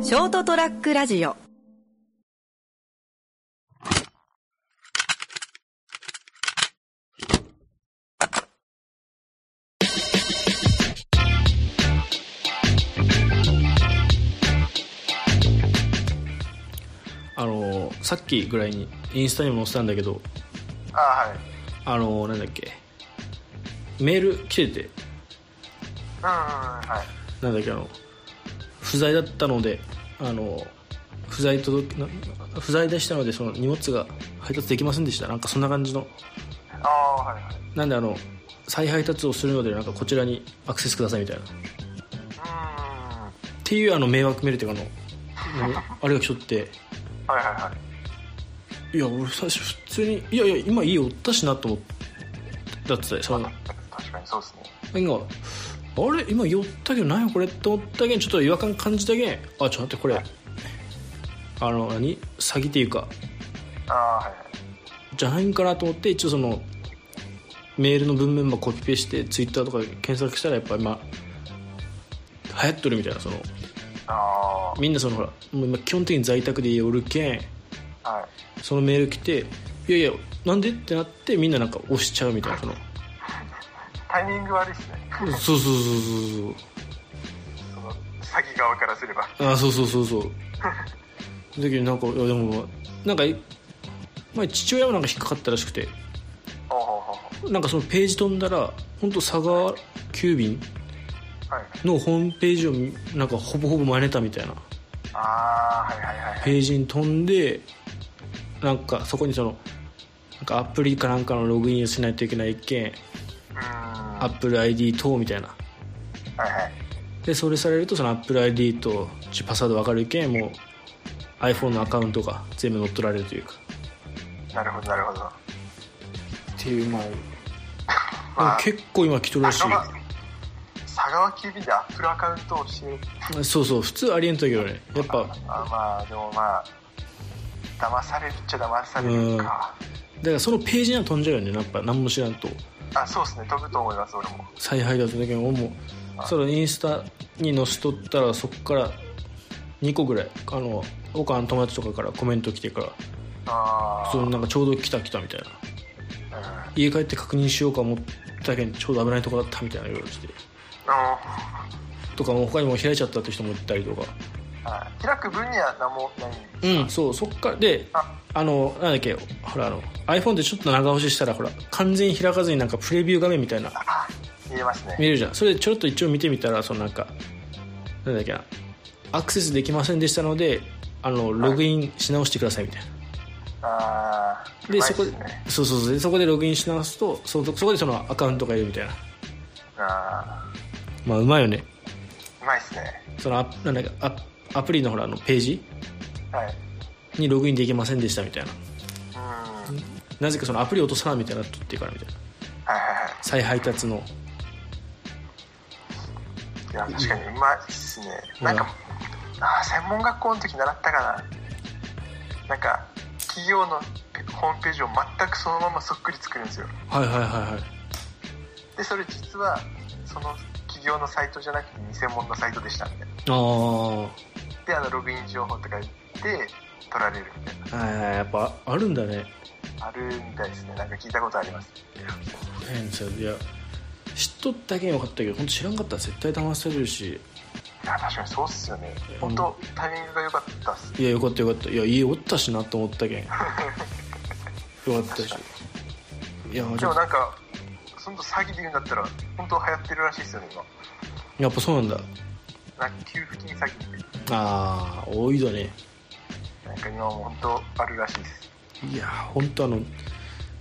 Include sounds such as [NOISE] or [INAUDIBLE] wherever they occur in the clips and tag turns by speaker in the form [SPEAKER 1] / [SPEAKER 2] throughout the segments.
[SPEAKER 1] ショートトラックラジオ
[SPEAKER 2] あのさっきぐらいにインスタにも載せたんだけど
[SPEAKER 3] あはい
[SPEAKER 2] あのなんだっけメール来てて
[SPEAKER 3] うんはい
[SPEAKER 2] なんだっけあの不在だったのであの不在届けな不在でしたのでその荷物が配達できませんでしたなんかそんな感じの
[SPEAKER 3] ああはいはい
[SPEAKER 2] なんであの再配達をするのでなんかこちらにアクセスくださいみたいなっ
[SPEAKER 3] うん
[SPEAKER 2] ていうあの迷惑メールっていうかあの
[SPEAKER 3] [LAUGHS]
[SPEAKER 2] ねあれが来とって
[SPEAKER 3] はいはいはい
[SPEAKER 2] いや俺最初普通にいやいや今家おったしなと思ってだってさ
[SPEAKER 3] 確かにそうですね
[SPEAKER 2] 今あれ今寄ったけど何やこれって思ったけんちょっと違和感感じたけんあちょっと待ってこれあの何詐欺っていうか
[SPEAKER 3] ああはいはい
[SPEAKER 2] じゃないんかなと思って一応そのメールの文面ばコピペしてツイッターとかで検索したらやっぱりまあ流行っとるみたいなその
[SPEAKER 3] あ
[SPEAKER 2] みんなそのほらもう今基本的に在宅でおるけん
[SPEAKER 3] あはい
[SPEAKER 2] そのメール来ていやいやなんでってなってみんななんか押しちゃうみたいなその
[SPEAKER 3] タイミング悪いっすね
[SPEAKER 2] そうそうそうそうそう
[SPEAKER 3] その詐欺側からすれば
[SPEAKER 2] あそうそうそうそうだけどなんかいやでもなんか前父親もなんか引っかかったらしくて
[SPEAKER 3] ほうほうほうほ
[SPEAKER 2] なんかそのページ飛んだら本当佐川急便
[SPEAKER 3] うはい
[SPEAKER 2] のホームページを見なんかほぼほぼ真似たみたいな
[SPEAKER 3] ああはいはいはい
[SPEAKER 2] ページに飛んでなんかそこにそのなんかアプリかなんかのログインをしないといけないけん
[SPEAKER 3] うんは
[SPEAKER 2] AppleID 等みたいない
[SPEAKER 3] はい
[SPEAKER 2] でそれされるとその AppleID とパスワード分かるけんもう iPhone のアカウントが全部乗っ取られるというか
[SPEAKER 3] なるほどなるほど
[SPEAKER 2] っていうま
[SPEAKER 3] ま
[SPEAKER 2] あ
[SPEAKER 3] あ
[SPEAKER 2] 結構今来とるらし
[SPEAKER 3] 佐川
[SPEAKER 2] い
[SPEAKER 3] 佐川急便でアップルアカウントを閉める
[SPEAKER 2] そうそう普通ありえんとだけどねやっぱ
[SPEAKER 3] あーまあでもまあ騙されるっちゃ騙されるか
[SPEAKER 2] だからそのページには飛んじゃうよねやっぱ何も知らんと
[SPEAKER 3] あそうですね飛ぶと思います俺も
[SPEAKER 2] 再配達だけどもうそのインスタに載せとったらそっから2個ぐらいあの他の友達とかからコメント来てから
[SPEAKER 3] ああ
[SPEAKER 2] そのなんかちょうど来た来たみたいな家帰って確認しようか思ったけんちょうど危ないとこだったみたいな言われてて
[SPEAKER 3] あ
[SPEAKER 2] とかもう他にも開いちゃったって人もいたりとか
[SPEAKER 3] の開く分には何もない
[SPEAKER 2] うんそうそっからで
[SPEAKER 3] あ
[SPEAKER 2] あのなんだっけほらあの iPhone でちょっと長押ししたらほら完全に開かずになんかプレビュー画面みたいな
[SPEAKER 3] あ見えますね
[SPEAKER 2] 見えるじゃんそれでちょろっと一応見てみたらそのなんかなんだっけなアクセスできませんでしたのであのログインし直してくださいみたいな
[SPEAKER 3] ああ
[SPEAKER 2] でそこで
[SPEAKER 3] ね
[SPEAKER 2] そうそうそうでそこでログインし直すとそのそこでそのアカウントがいるみたいな
[SPEAKER 3] あ
[SPEAKER 2] まあうまいよね
[SPEAKER 3] ーうまいっすね
[SPEAKER 2] そのアなんだっけアアプリのほらあのページ
[SPEAKER 3] はい
[SPEAKER 2] にログインできませんでしたみたいな
[SPEAKER 3] うんはい
[SPEAKER 2] なぜかそのアプリ落とさなみたいな取ってからみたいな
[SPEAKER 3] はいは
[SPEAKER 2] 再配達の
[SPEAKER 3] いいや確かにうまいっすねなんかあー専門学校の時習ったかななんか企業のホームページを全くそのままそっくり作るんですよ
[SPEAKER 2] はいはいはいはい
[SPEAKER 3] でそれ実はその企業のサイトじゃなくて偽物のサイトでしたみたいな
[SPEAKER 2] あ
[SPEAKER 3] であのログイン情報とか言って取られるみたい
[SPEAKER 2] あやっぱあるんだね
[SPEAKER 3] なあるみたいですねなんか聞いたことあります
[SPEAKER 2] 変ですよいや知っとったけん分かったけど本当知らんかったら絶対騙されるし
[SPEAKER 3] いや確かにそうっすよね本当タイミングが良かったっす
[SPEAKER 2] いやよかったよかったいや家おったしなと思 [LAUGHS] ったけんよかったしいや
[SPEAKER 3] でもなんかその詐欺で言うんだったら本当流行ってるらしいっすよね今
[SPEAKER 2] やっぱそうなんだ
[SPEAKER 3] なんか給付金詐欺って
[SPEAKER 2] ああ多いだね
[SPEAKER 3] なんか今も本当あるらしいっ
[SPEAKER 2] [LAUGHS]
[SPEAKER 3] す
[SPEAKER 2] いや本当あの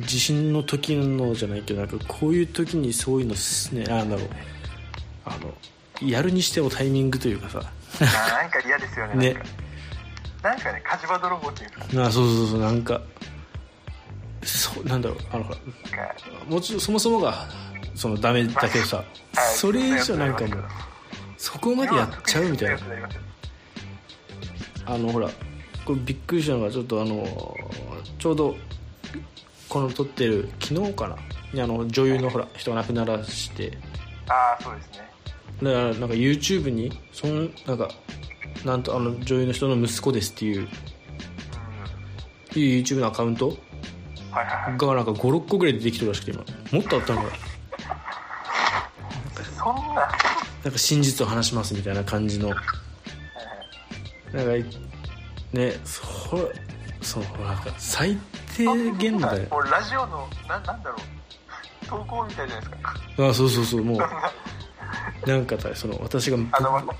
[SPEAKER 2] 地震の時のじゃないけどなんかこういう時にそういうのすねあなんだろうあのやるにしてもタイミングというかさ
[SPEAKER 3] あーなんか嫌ですよね
[SPEAKER 2] ね
[SPEAKER 3] なんかなんかね火事場泥棒っていうかなん
[SPEAKER 2] あそうそうそうなんかそうなんだろうあのほら
[SPEAKER 3] か
[SPEAKER 2] もちろんそもそもがそのダメだけどさ、
[SPEAKER 3] はい
[SPEAKER 2] [LAUGHS] それ以上なんかもうそこまでやっちゃうみたいな
[SPEAKER 3] 今は特にそんなやつにりますよ
[SPEAKER 2] あのほらこれびっくりしたのがちょっとあのちょうどこの撮ってる昨日かなにあの女優のほら人が亡くならして
[SPEAKER 3] ああそうですね
[SPEAKER 2] だからなんか YouTube にそのなんかなんとあの女優の人の息子ですっていういう YouTube のアカウント
[SPEAKER 3] はいはいはい
[SPEAKER 2] がなんか56個ぐらい出てきてるらしくて今もっとあったのかな
[SPEAKER 3] そんな
[SPEAKER 2] なんか真実を話しますみたいな感じのなんかいねそれそうなんか最低限だよ
[SPEAKER 3] もうラジオのななんだろう投稿みたいじゃないですか
[SPEAKER 2] あそうそうそうもうなんかだその私が
[SPEAKER 3] あのわわ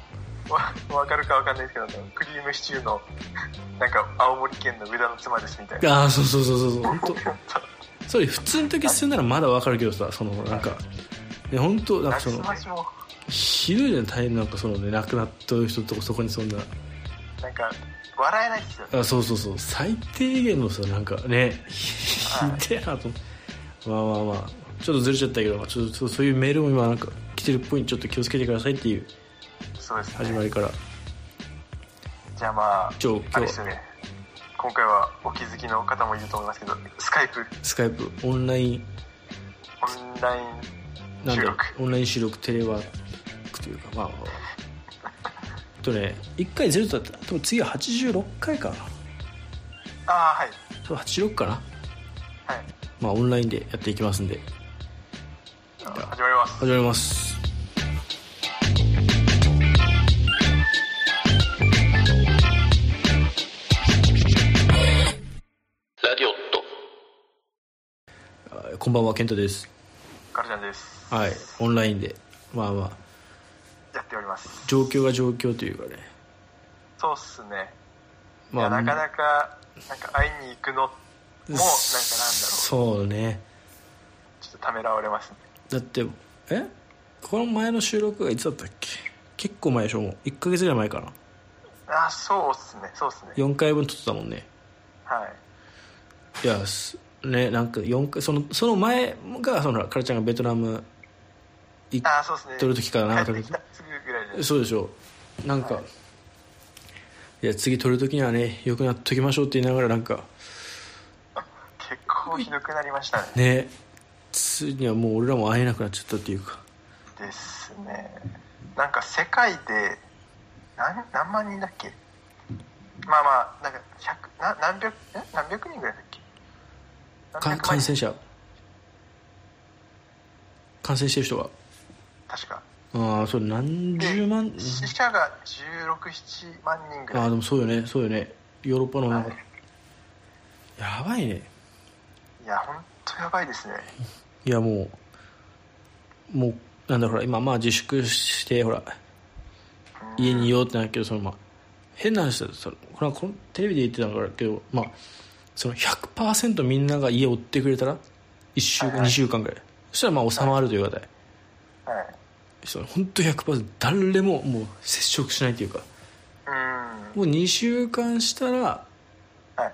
[SPEAKER 3] わかるかわかんないですけどクリームシチューのなんか青森県の上田の妻ですみたいな
[SPEAKER 2] ああそうそうそうそうそう本当それ普通の時するならまだわかるけどさそのなんかね本当なん
[SPEAKER 3] な
[SPEAKER 2] か
[SPEAKER 3] じ
[SPEAKER 2] その
[SPEAKER 3] ましも
[SPEAKER 2] ひどいじゃん大変なんかそのね亡くなった人とかそこにそんな
[SPEAKER 3] なんか笑えないですよね
[SPEAKER 2] あそうそうそう最低限のさなんかねひひでえなと思ってまあまあまあちょっとずれちゃったけどまあちょっとそうそういうメールも今なんか来てるっぽいんでちょっと気をつけてくださいっていう
[SPEAKER 3] そうです
[SPEAKER 2] 始
[SPEAKER 3] ね
[SPEAKER 2] まりから
[SPEAKER 3] じゃあまあ
[SPEAKER 2] ちょ今
[SPEAKER 3] あ
[SPEAKER 2] 日
[SPEAKER 3] れ
[SPEAKER 2] は
[SPEAKER 3] ですよね今回はお気づきの方もいると思いますけどスカイプ
[SPEAKER 2] スカイプオンライン
[SPEAKER 3] オンライン
[SPEAKER 2] なんだ
[SPEAKER 3] 収録
[SPEAKER 2] オンライン収録テレワークというかまあまあまあとね1回ゼロだったでも次は86回かな
[SPEAKER 3] ああはい
[SPEAKER 2] 多分86かな
[SPEAKER 3] はい
[SPEAKER 2] まあオンラインでやっていきますんで
[SPEAKER 3] 始まります
[SPEAKER 2] 始まります
[SPEAKER 1] ラディオット。
[SPEAKER 2] あこんばんは健太です
[SPEAKER 3] カルちゃんです
[SPEAKER 2] はいオンラインでまあまあ
[SPEAKER 3] やっております
[SPEAKER 2] 状況が状況というかね
[SPEAKER 3] そうっすねい
[SPEAKER 2] ま
[SPEAKER 3] や
[SPEAKER 2] あ
[SPEAKER 3] なかなかなんか会いに行くのもうなんかなんだろうちょ
[SPEAKER 2] そうね
[SPEAKER 3] っとためらわれますね
[SPEAKER 2] だってえこの前の収録がいつだったっけ結構前でしょもう1ヶ月ぐらい前かな
[SPEAKER 3] あそうっすねそうっすね
[SPEAKER 2] 4回分撮ってたもんね
[SPEAKER 3] はい
[SPEAKER 2] いやすねなんか4回そのその前がそのカルちゃんがベトナム行っ
[SPEAKER 3] あそうっすね
[SPEAKER 2] 撮る時からな
[SPEAKER 3] 帰ってきたすぐぐらいで
[SPEAKER 2] そうでしょなんか、いや次撮る時にはね良くなっときましょうって言いながらなんか
[SPEAKER 3] 結構ひどくなりましたね
[SPEAKER 2] ねついにはもう俺らも会えなくなっちゃったっていうか
[SPEAKER 3] ですねなんか世界で何何万人だっけまあまあなんか100な何百え何百人ぐらいだっけ
[SPEAKER 2] か
[SPEAKER 3] 何百万
[SPEAKER 2] 感
[SPEAKER 3] 人
[SPEAKER 2] 染者感染してる人が
[SPEAKER 3] 確か
[SPEAKER 2] ああそう何十万
[SPEAKER 3] 死者が1617万人ぐ
[SPEAKER 2] あ
[SPEAKER 3] ら
[SPEAKER 2] あ
[SPEAKER 3] い
[SPEAKER 2] でもそうよねそうよねヨーロッパのなんか
[SPEAKER 3] はい
[SPEAKER 2] やばいね
[SPEAKER 3] いや本当やばいですね
[SPEAKER 2] いやもうもうなんだろうほら今まあ自粛してほら家にいようってなるけどそのまあ変な話だとそのこれはこのテレビで言ってたのからけどまあその100%みんなが家を追ってくれたら1週
[SPEAKER 3] はい
[SPEAKER 2] 間
[SPEAKER 3] は
[SPEAKER 2] 2
[SPEAKER 3] い
[SPEAKER 2] 週間ぐらいそしたらまあ収まるという方で
[SPEAKER 3] はい
[SPEAKER 2] その本当100%誰ももう接触しないというか
[SPEAKER 3] うーん
[SPEAKER 2] もう2週間したら
[SPEAKER 3] はい
[SPEAKER 2] あ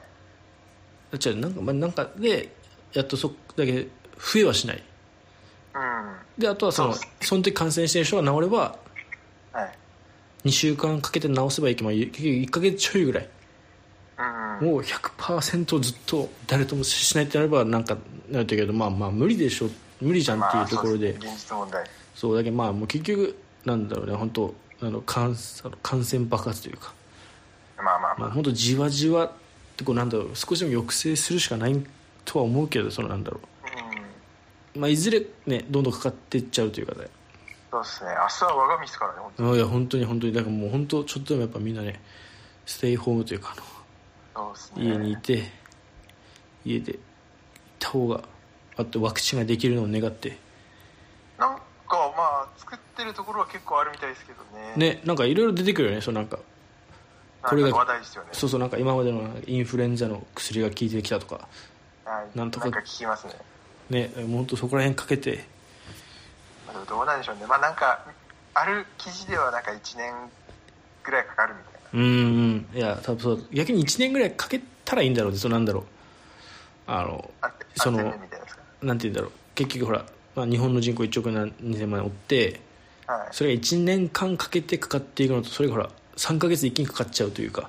[SPEAKER 2] 違うなんかまあなんかでやっとそこだけ増えはしない
[SPEAKER 3] うん
[SPEAKER 2] であとはその
[SPEAKER 3] そう
[SPEAKER 2] その時感染してる人が治れば
[SPEAKER 3] はい
[SPEAKER 2] 2週間かけて治せばいいけどまあ結局1ヶ月ちょいぐらい
[SPEAKER 3] うん
[SPEAKER 2] もう100%ずっと誰とも接しないってなればなんかなるというけどまあまあ無理でしょ無理じゃんっていうところで、
[SPEAKER 3] まあそうすね現実問題
[SPEAKER 2] そうだけどまあもう結局なんだろうね本当あの感あの感染爆発というか、
[SPEAKER 3] まあまあ
[SPEAKER 2] ま
[SPEAKER 3] ま
[SPEAKER 2] あ、本当じわじわってこうなんだろう少しでも抑制するしかないとは思うけどそのなんだろ
[SPEAKER 3] あうん
[SPEAKER 2] う、まあ、いずれねどんどんかかっていっちゃうというかね
[SPEAKER 3] そうですね明日は我が身ですからね本
[SPEAKER 2] うんいや本当に本当にだからもう本当ちょっとでもやっぱみんなねステイホームというかあの
[SPEAKER 3] 当そうです
[SPEAKER 2] 家
[SPEAKER 3] ね
[SPEAKER 2] にいて家でいた方があとワクチンができるのを願って
[SPEAKER 3] なんかまあ作ってるところは結構あるみたいですけどね
[SPEAKER 2] ねなんかいろいろ出てくるよねそうなんか
[SPEAKER 3] な
[SPEAKER 2] こ
[SPEAKER 3] ん
[SPEAKER 2] れ
[SPEAKER 3] か
[SPEAKER 2] が
[SPEAKER 3] 話題ですよね
[SPEAKER 2] そうそうなんか今までのインフルエンザの薬が効いてきたとか
[SPEAKER 3] はい
[SPEAKER 2] なんとか
[SPEAKER 3] なんか聞きますね、
[SPEAKER 2] ねもう本当そこら辺かけて
[SPEAKER 3] まあ、でもどうなんでしょうねまあなんかある記事ではなんか1年ぐらいかかるみたい
[SPEAKER 2] うー
[SPEAKER 3] な
[SPEAKER 2] んいや多分そう逆に1年ぐらいかけたらいいんだろうねそうなんだろうあの
[SPEAKER 3] あって
[SPEAKER 2] その
[SPEAKER 3] あってねみたいなですか
[SPEAKER 2] なんて言うんだろう結局ほら、まあ、日本の人口1億2000万人おって
[SPEAKER 3] はい
[SPEAKER 2] それが1年間かけてかかっていくのとそれがほら3ヶ月一気にかかっちゃうというか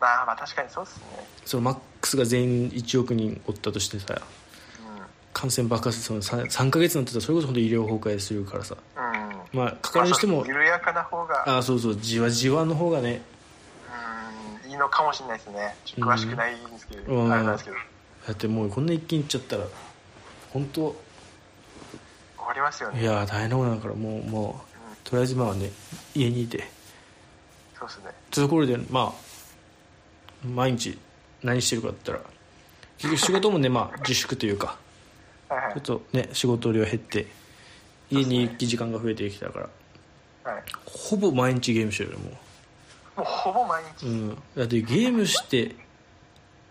[SPEAKER 3] まあまあ確かにそうですね
[SPEAKER 2] そのマックスが全員1億人おったとしてさ感染爆発その 3, 3ヶ月になってたらそれこそ本当医療崩壊するからさ
[SPEAKER 3] うんうん
[SPEAKER 2] まあかかるにして
[SPEAKER 3] ま
[SPEAKER 2] も
[SPEAKER 3] あ緩やかな方が
[SPEAKER 2] あそうそうじわじわの方がね
[SPEAKER 3] うんいいのかもしれないですねちょっと詳しくないんですけど、
[SPEAKER 2] うん
[SPEAKER 3] あれなんですけど
[SPEAKER 2] だってもうこんな一気にいっちゃったら本当
[SPEAKER 3] 終わりますよ
[SPEAKER 2] い
[SPEAKER 3] ね
[SPEAKER 2] やー大変なことだからもうもうとりあえずまあね家にいて
[SPEAKER 3] そうですね
[SPEAKER 2] というところでまあ毎日何してるかって言ったら結局仕事もねまあ自粛というか
[SPEAKER 3] はいはい
[SPEAKER 2] ちょっとね仕事量減って家に行き時間が増えてきたから
[SPEAKER 3] はい
[SPEAKER 2] ほぼ毎日ゲームしてるよも
[SPEAKER 3] もうほぼ毎
[SPEAKER 2] う、
[SPEAKER 3] 日、
[SPEAKER 2] うん、だってゲームして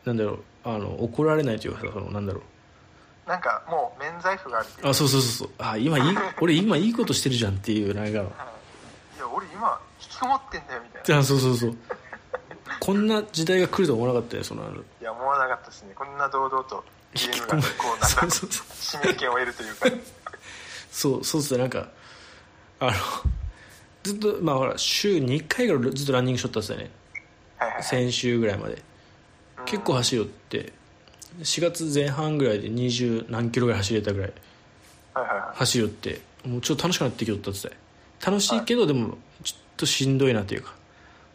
[SPEAKER 2] なんだろうあの怒られないというかさそのなんだろう
[SPEAKER 3] なんかもう免罪符があるっていう
[SPEAKER 2] あそうそうそうそうあ今いい俺今いいことしてるじゃんっていうなんか
[SPEAKER 3] いや俺今引きこもってんだよみたいな
[SPEAKER 2] あそうそうそうこんな時代が来ると思わなかったよそのあの
[SPEAKER 3] いや思わなかったですねこんな堂々とゲームがこうなん
[SPEAKER 2] そ
[SPEAKER 3] か
[SPEAKER 2] うそうそう
[SPEAKER 3] 市民権を得るというか
[SPEAKER 2] そうそうっすねなんかあのずっとまあほら週2回ぐらいずっとランニングしとったっすよね
[SPEAKER 3] はいはいはい
[SPEAKER 2] 先週ぐらいまで結構走りよって4月前半ぐらいで20何キロぐらい走れたぐらい
[SPEAKER 3] はいはいはい
[SPEAKER 2] 走りよってもうちょっと楽しくなってきよったっつって楽しいけどでもちょっとしんどいなっていうか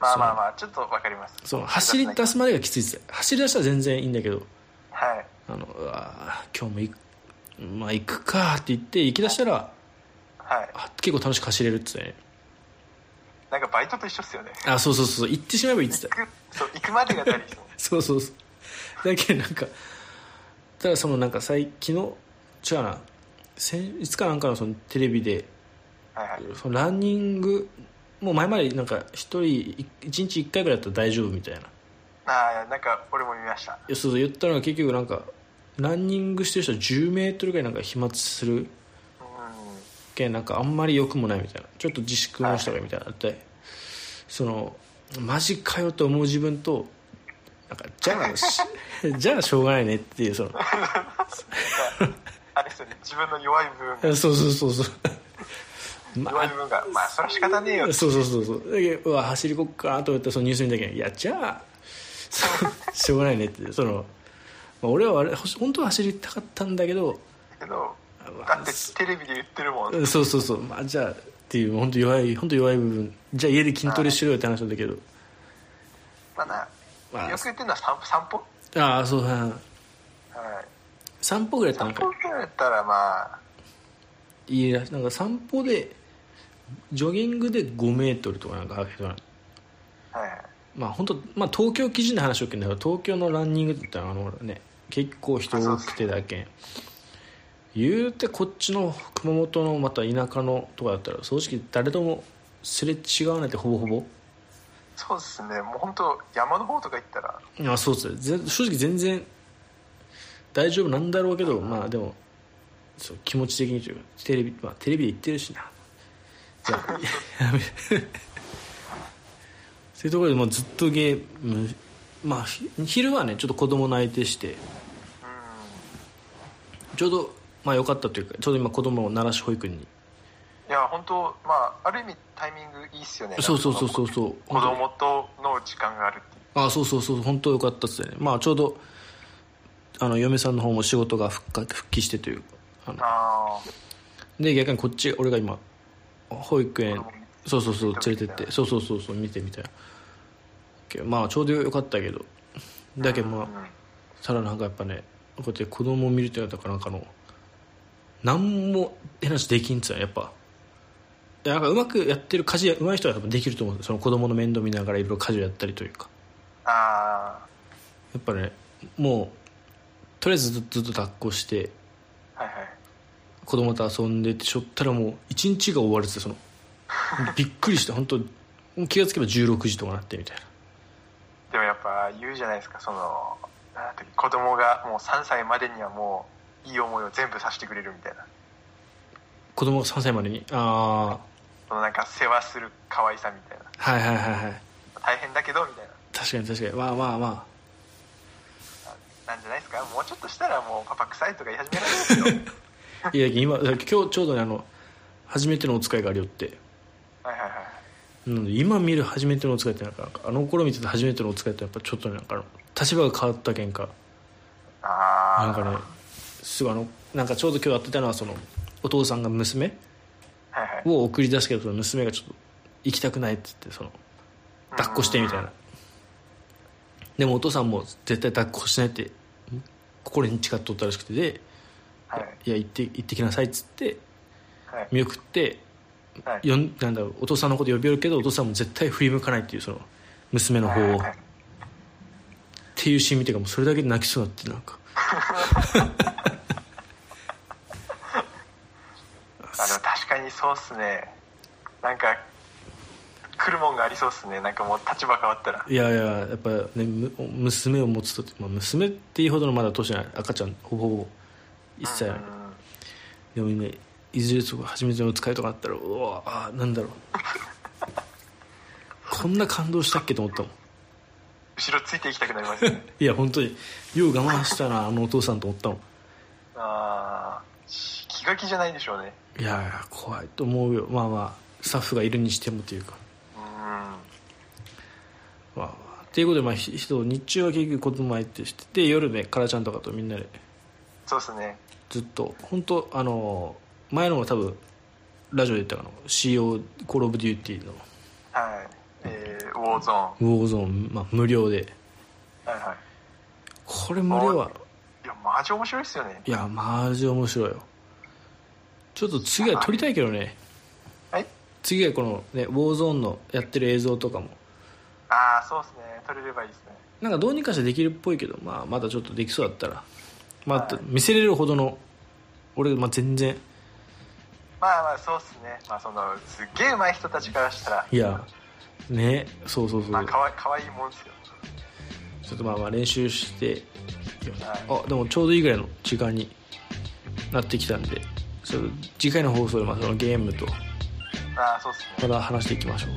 [SPEAKER 3] まあまあまあちょっとわかります
[SPEAKER 2] その走り出すまでがきついっす走り出したら全然いいんだけど
[SPEAKER 3] はい
[SPEAKER 2] あのうわー今日も行くまあ行くかって言って行き出したら
[SPEAKER 3] はい
[SPEAKER 2] あ結構楽しく走れるっつってね
[SPEAKER 3] なんかバイトと一緒っすよね
[SPEAKER 2] あそうそうそう行ってしまえばいいっつって
[SPEAKER 3] 行くそう行くまでが大事ですもん
[SPEAKER 2] [LAUGHS] そうそうそうだけどなんかただそのなんか最昨日違うな先いつかなんかのそのテレビで
[SPEAKER 3] はいはい
[SPEAKER 2] そのランニングもう前までなんか一人い一日一回ぐらいだったら大丈夫みたいない
[SPEAKER 3] ああなんか俺も見ました
[SPEAKER 2] やそうそう言ったのが結局なんかランニングしてる人は1 0ルぐらいなんか飛沫する
[SPEAKER 3] うん
[SPEAKER 2] けんなんかあんまり良くもないみたいなちょっと自粛もした方がいいみたいなのあって、そのマジかよと思う自分となんかじゃあしじゃあし [LAUGHS] ょうがないねっていうその
[SPEAKER 3] あれですよね自分の弱い部分が
[SPEAKER 2] そうそうそうそうま
[SPEAKER 3] 弱い部分がまあそれは仕方ねえよ
[SPEAKER 2] あそうそうそうそうだけどうわ走りこっかなと思ったらそのニュース見たけどいやじゃあ [LAUGHS] そうしょうがないねってその、まあ、俺はあれほし本当は走りたかったんだけど
[SPEAKER 3] けど
[SPEAKER 2] わ
[SPEAKER 3] だってテレビで言ってるもん
[SPEAKER 2] うんそうそうそうまあじゃあっていう本当弱い本当弱い部分じゃあ家で筋トレしろよって話なんだけど
[SPEAKER 3] まあ
[SPEAKER 2] まあ
[SPEAKER 3] なよく言ってるのは散歩散歩
[SPEAKER 2] ああそうだ
[SPEAKER 3] はい
[SPEAKER 2] 散歩ぐらいやった
[SPEAKER 3] 散
[SPEAKER 2] んか
[SPEAKER 3] 歩ぐらいだったらまあ
[SPEAKER 2] いいらしいなんか散歩でジョギングで5メートルとかなんかあけどな
[SPEAKER 3] はい
[SPEAKER 2] まあ本当まあ東京基準で話をけんだけど東京のランニングって言ったらあのね結構人多くてだけん言うてこっちの熊本のまた田舎のとかだったら正直誰ともすれ違わないってほぼほぼ
[SPEAKER 3] そうですねもう本当山の方とか行ったら
[SPEAKER 2] あそうっすねぜ正直全然大丈夫なんだろうけどまあでもそう気持ち的にというかテレビ、まあ、テレビで言ってるしなじゃあやめそういうところでもうずっとゲームまあひ昼はねちょっと子供の相手してちょうどまあ良かったというかちょうど今子供を奈良市保育園に
[SPEAKER 3] いや本当まあある意味タイミングいいっすよね
[SPEAKER 2] そうそうそうそううそう
[SPEAKER 3] 子供との時間があるっていう
[SPEAKER 2] あそうそうそう本当良かったっすよねまあちょうどあの嫁さんの方も仕事が復活復帰してというかあの
[SPEAKER 3] あ
[SPEAKER 2] で逆にこっち俺が今保育園そうそうそう連れてってそうそうそうそう見てみたいなけまあちょうどよかったけどだけどま
[SPEAKER 3] あ
[SPEAKER 2] あさらなんかやっぱねこうやって子供を見るとやったからなんかあの何も変な話できんっつうのやっぱでなんかうまくやってる家事うまい人は多分できると思うんですよその子供の面倒見ながらいろいろ家事をやったりというか
[SPEAKER 3] あ
[SPEAKER 2] やっぱねもうとりあえずずっとずっと抱っこして
[SPEAKER 3] ーはいはい
[SPEAKER 2] 子供と遊んでてしょったらもう一日が終わるっつってそのびっくりして本当気がつけば16時とかなってみたいな
[SPEAKER 3] でもやっぱ言うじゃないですかそのなんていう子供がもう3歳までにはもういい思いを全部させてくれるみたいな
[SPEAKER 2] 子供が3歳までにあ
[SPEAKER 3] そのなんか世話する可愛さみたいな
[SPEAKER 2] あはいはいはいはい
[SPEAKER 3] 大変だけどみたいな
[SPEAKER 2] 確かに確かにまあまあま
[SPEAKER 3] なんじゃないですかもうちょっとしたらもうパパ臭いとか言い始められるんですよ
[SPEAKER 2] あいや今今日ちょうどねあの初めてのお使いがあるよって
[SPEAKER 3] はいはいはい
[SPEAKER 2] なので今見る初めてのお使いってなんかなんかあの頃見てた初めてのお使いってやっぱちょっとねなんかあの立場が変わったけんか
[SPEAKER 3] ああ
[SPEAKER 2] なんかねすごいあのなんかちょうど今日やってたのはそのお父さんが娘
[SPEAKER 3] はいはいはい
[SPEAKER 2] を送り出すけどその娘がちょっと行きたくないっつってその抱っこしてみたいなでもお父さんも絶対抱っこしないって心に誓っとったらしくてで
[SPEAKER 3] はい
[SPEAKER 2] いや行って行ってきなさいっつって
[SPEAKER 3] はい
[SPEAKER 2] 見送って
[SPEAKER 3] はい
[SPEAKER 2] よんなんだろうお父さんのこと呼び寄るけどお父さんも絶対振り向かないっていうその娘の方をっ
[SPEAKER 3] はい
[SPEAKER 2] ていうシーン見てからもうそれだけで泣きそうになってなんか
[SPEAKER 3] あでも確かにそうっすねなんか来るもんがありそうっすねなんかもう立場変わったら
[SPEAKER 2] いやいややっぱねむ娘を持つとって、まあ、娘っていうほどのまだ年じゃない赤ちゃんほぼほぼ1歳
[SPEAKER 3] うん
[SPEAKER 2] でもねいずれそこ初めてのお使いとかあったらうわあなんだろうこんな感動したっけと思ったもん
[SPEAKER 3] 後ろついていきたくなります
[SPEAKER 2] [LAUGHS]
[SPEAKER 3] ね
[SPEAKER 2] いや本当によう我慢したなあのお父さんと思ったもん
[SPEAKER 3] ああ気が気じゃないでしょうね
[SPEAKER 2] いやいや怖いと思うよまあまあスタッフがいるにしてもというか
[SPEAKER 3] うんは
[SPEAKER 2] まあまあっていうことでまあひ人日中は結局子供相手してで夜ねカラちゃんとかとみんなで
[SPEAKER 3] そうっすね
[SPEAKER 2] ずっと本当あの前のも多分ラジオで言ったかな CO コール・オブ・デューティーの
[SPEAKER 3] はいえー、ウォーゾーンは
[SPEAKER 2] ウォーゾーン、まあ、無料で
[SPEAKER 3] いはい
[SPEAKER 2] これ無料はい
[SPEAKER 3] やマジ面白いっすよね
[SPEAKER 2] いやマジ面白いよちょっと次は撮りたいけどね
[SPEAKER 3] はい
[SPEAKER 2] 次はこのねウォーゾーンのやってる映像とかも
[SPEAKER 3] ああそうっすね撮れればいいっすね
[SPEAKER 2] なんかどうにかしてできるっぽいけど、まあ、まだちょっとできそうだったら、まあ、見せれるほどの俺、まあ、全然
[SPEAKER 3] まあまあそうっすねまあそのすっげえ上手い人たちからしたら
[SPEAKER 2] いやねそうそうそう、
[SPEAKER 3] まあかわいかわいいもんっすよ
[SPEAKER 2] ちょっとまあまあ練習して
[SPEAKER 3] は
[SPEAKER 2] あでもちょうどいいぐらいの時間になってきたんでそれ次回の放送でまあそのゲームと
[SPEAKER 3] ああそうっす
[SPEAKER 2] ま
[SPEAKER 3] ね
[SPEAKER 2] た話していきましょ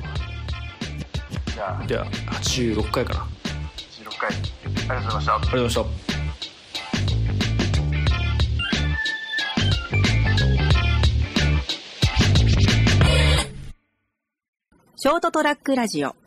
[SPEAKER 3] じゃあ
[SPEAKER 2] うでは86回かなあ
[SPEAKER 3] 16回ありがとうござい
[SPEAKER 2] りがと
[SPEAKER 3] ました
[SPEAKER 2] うございました
[SPEAKER 1] ショートトラックラジオ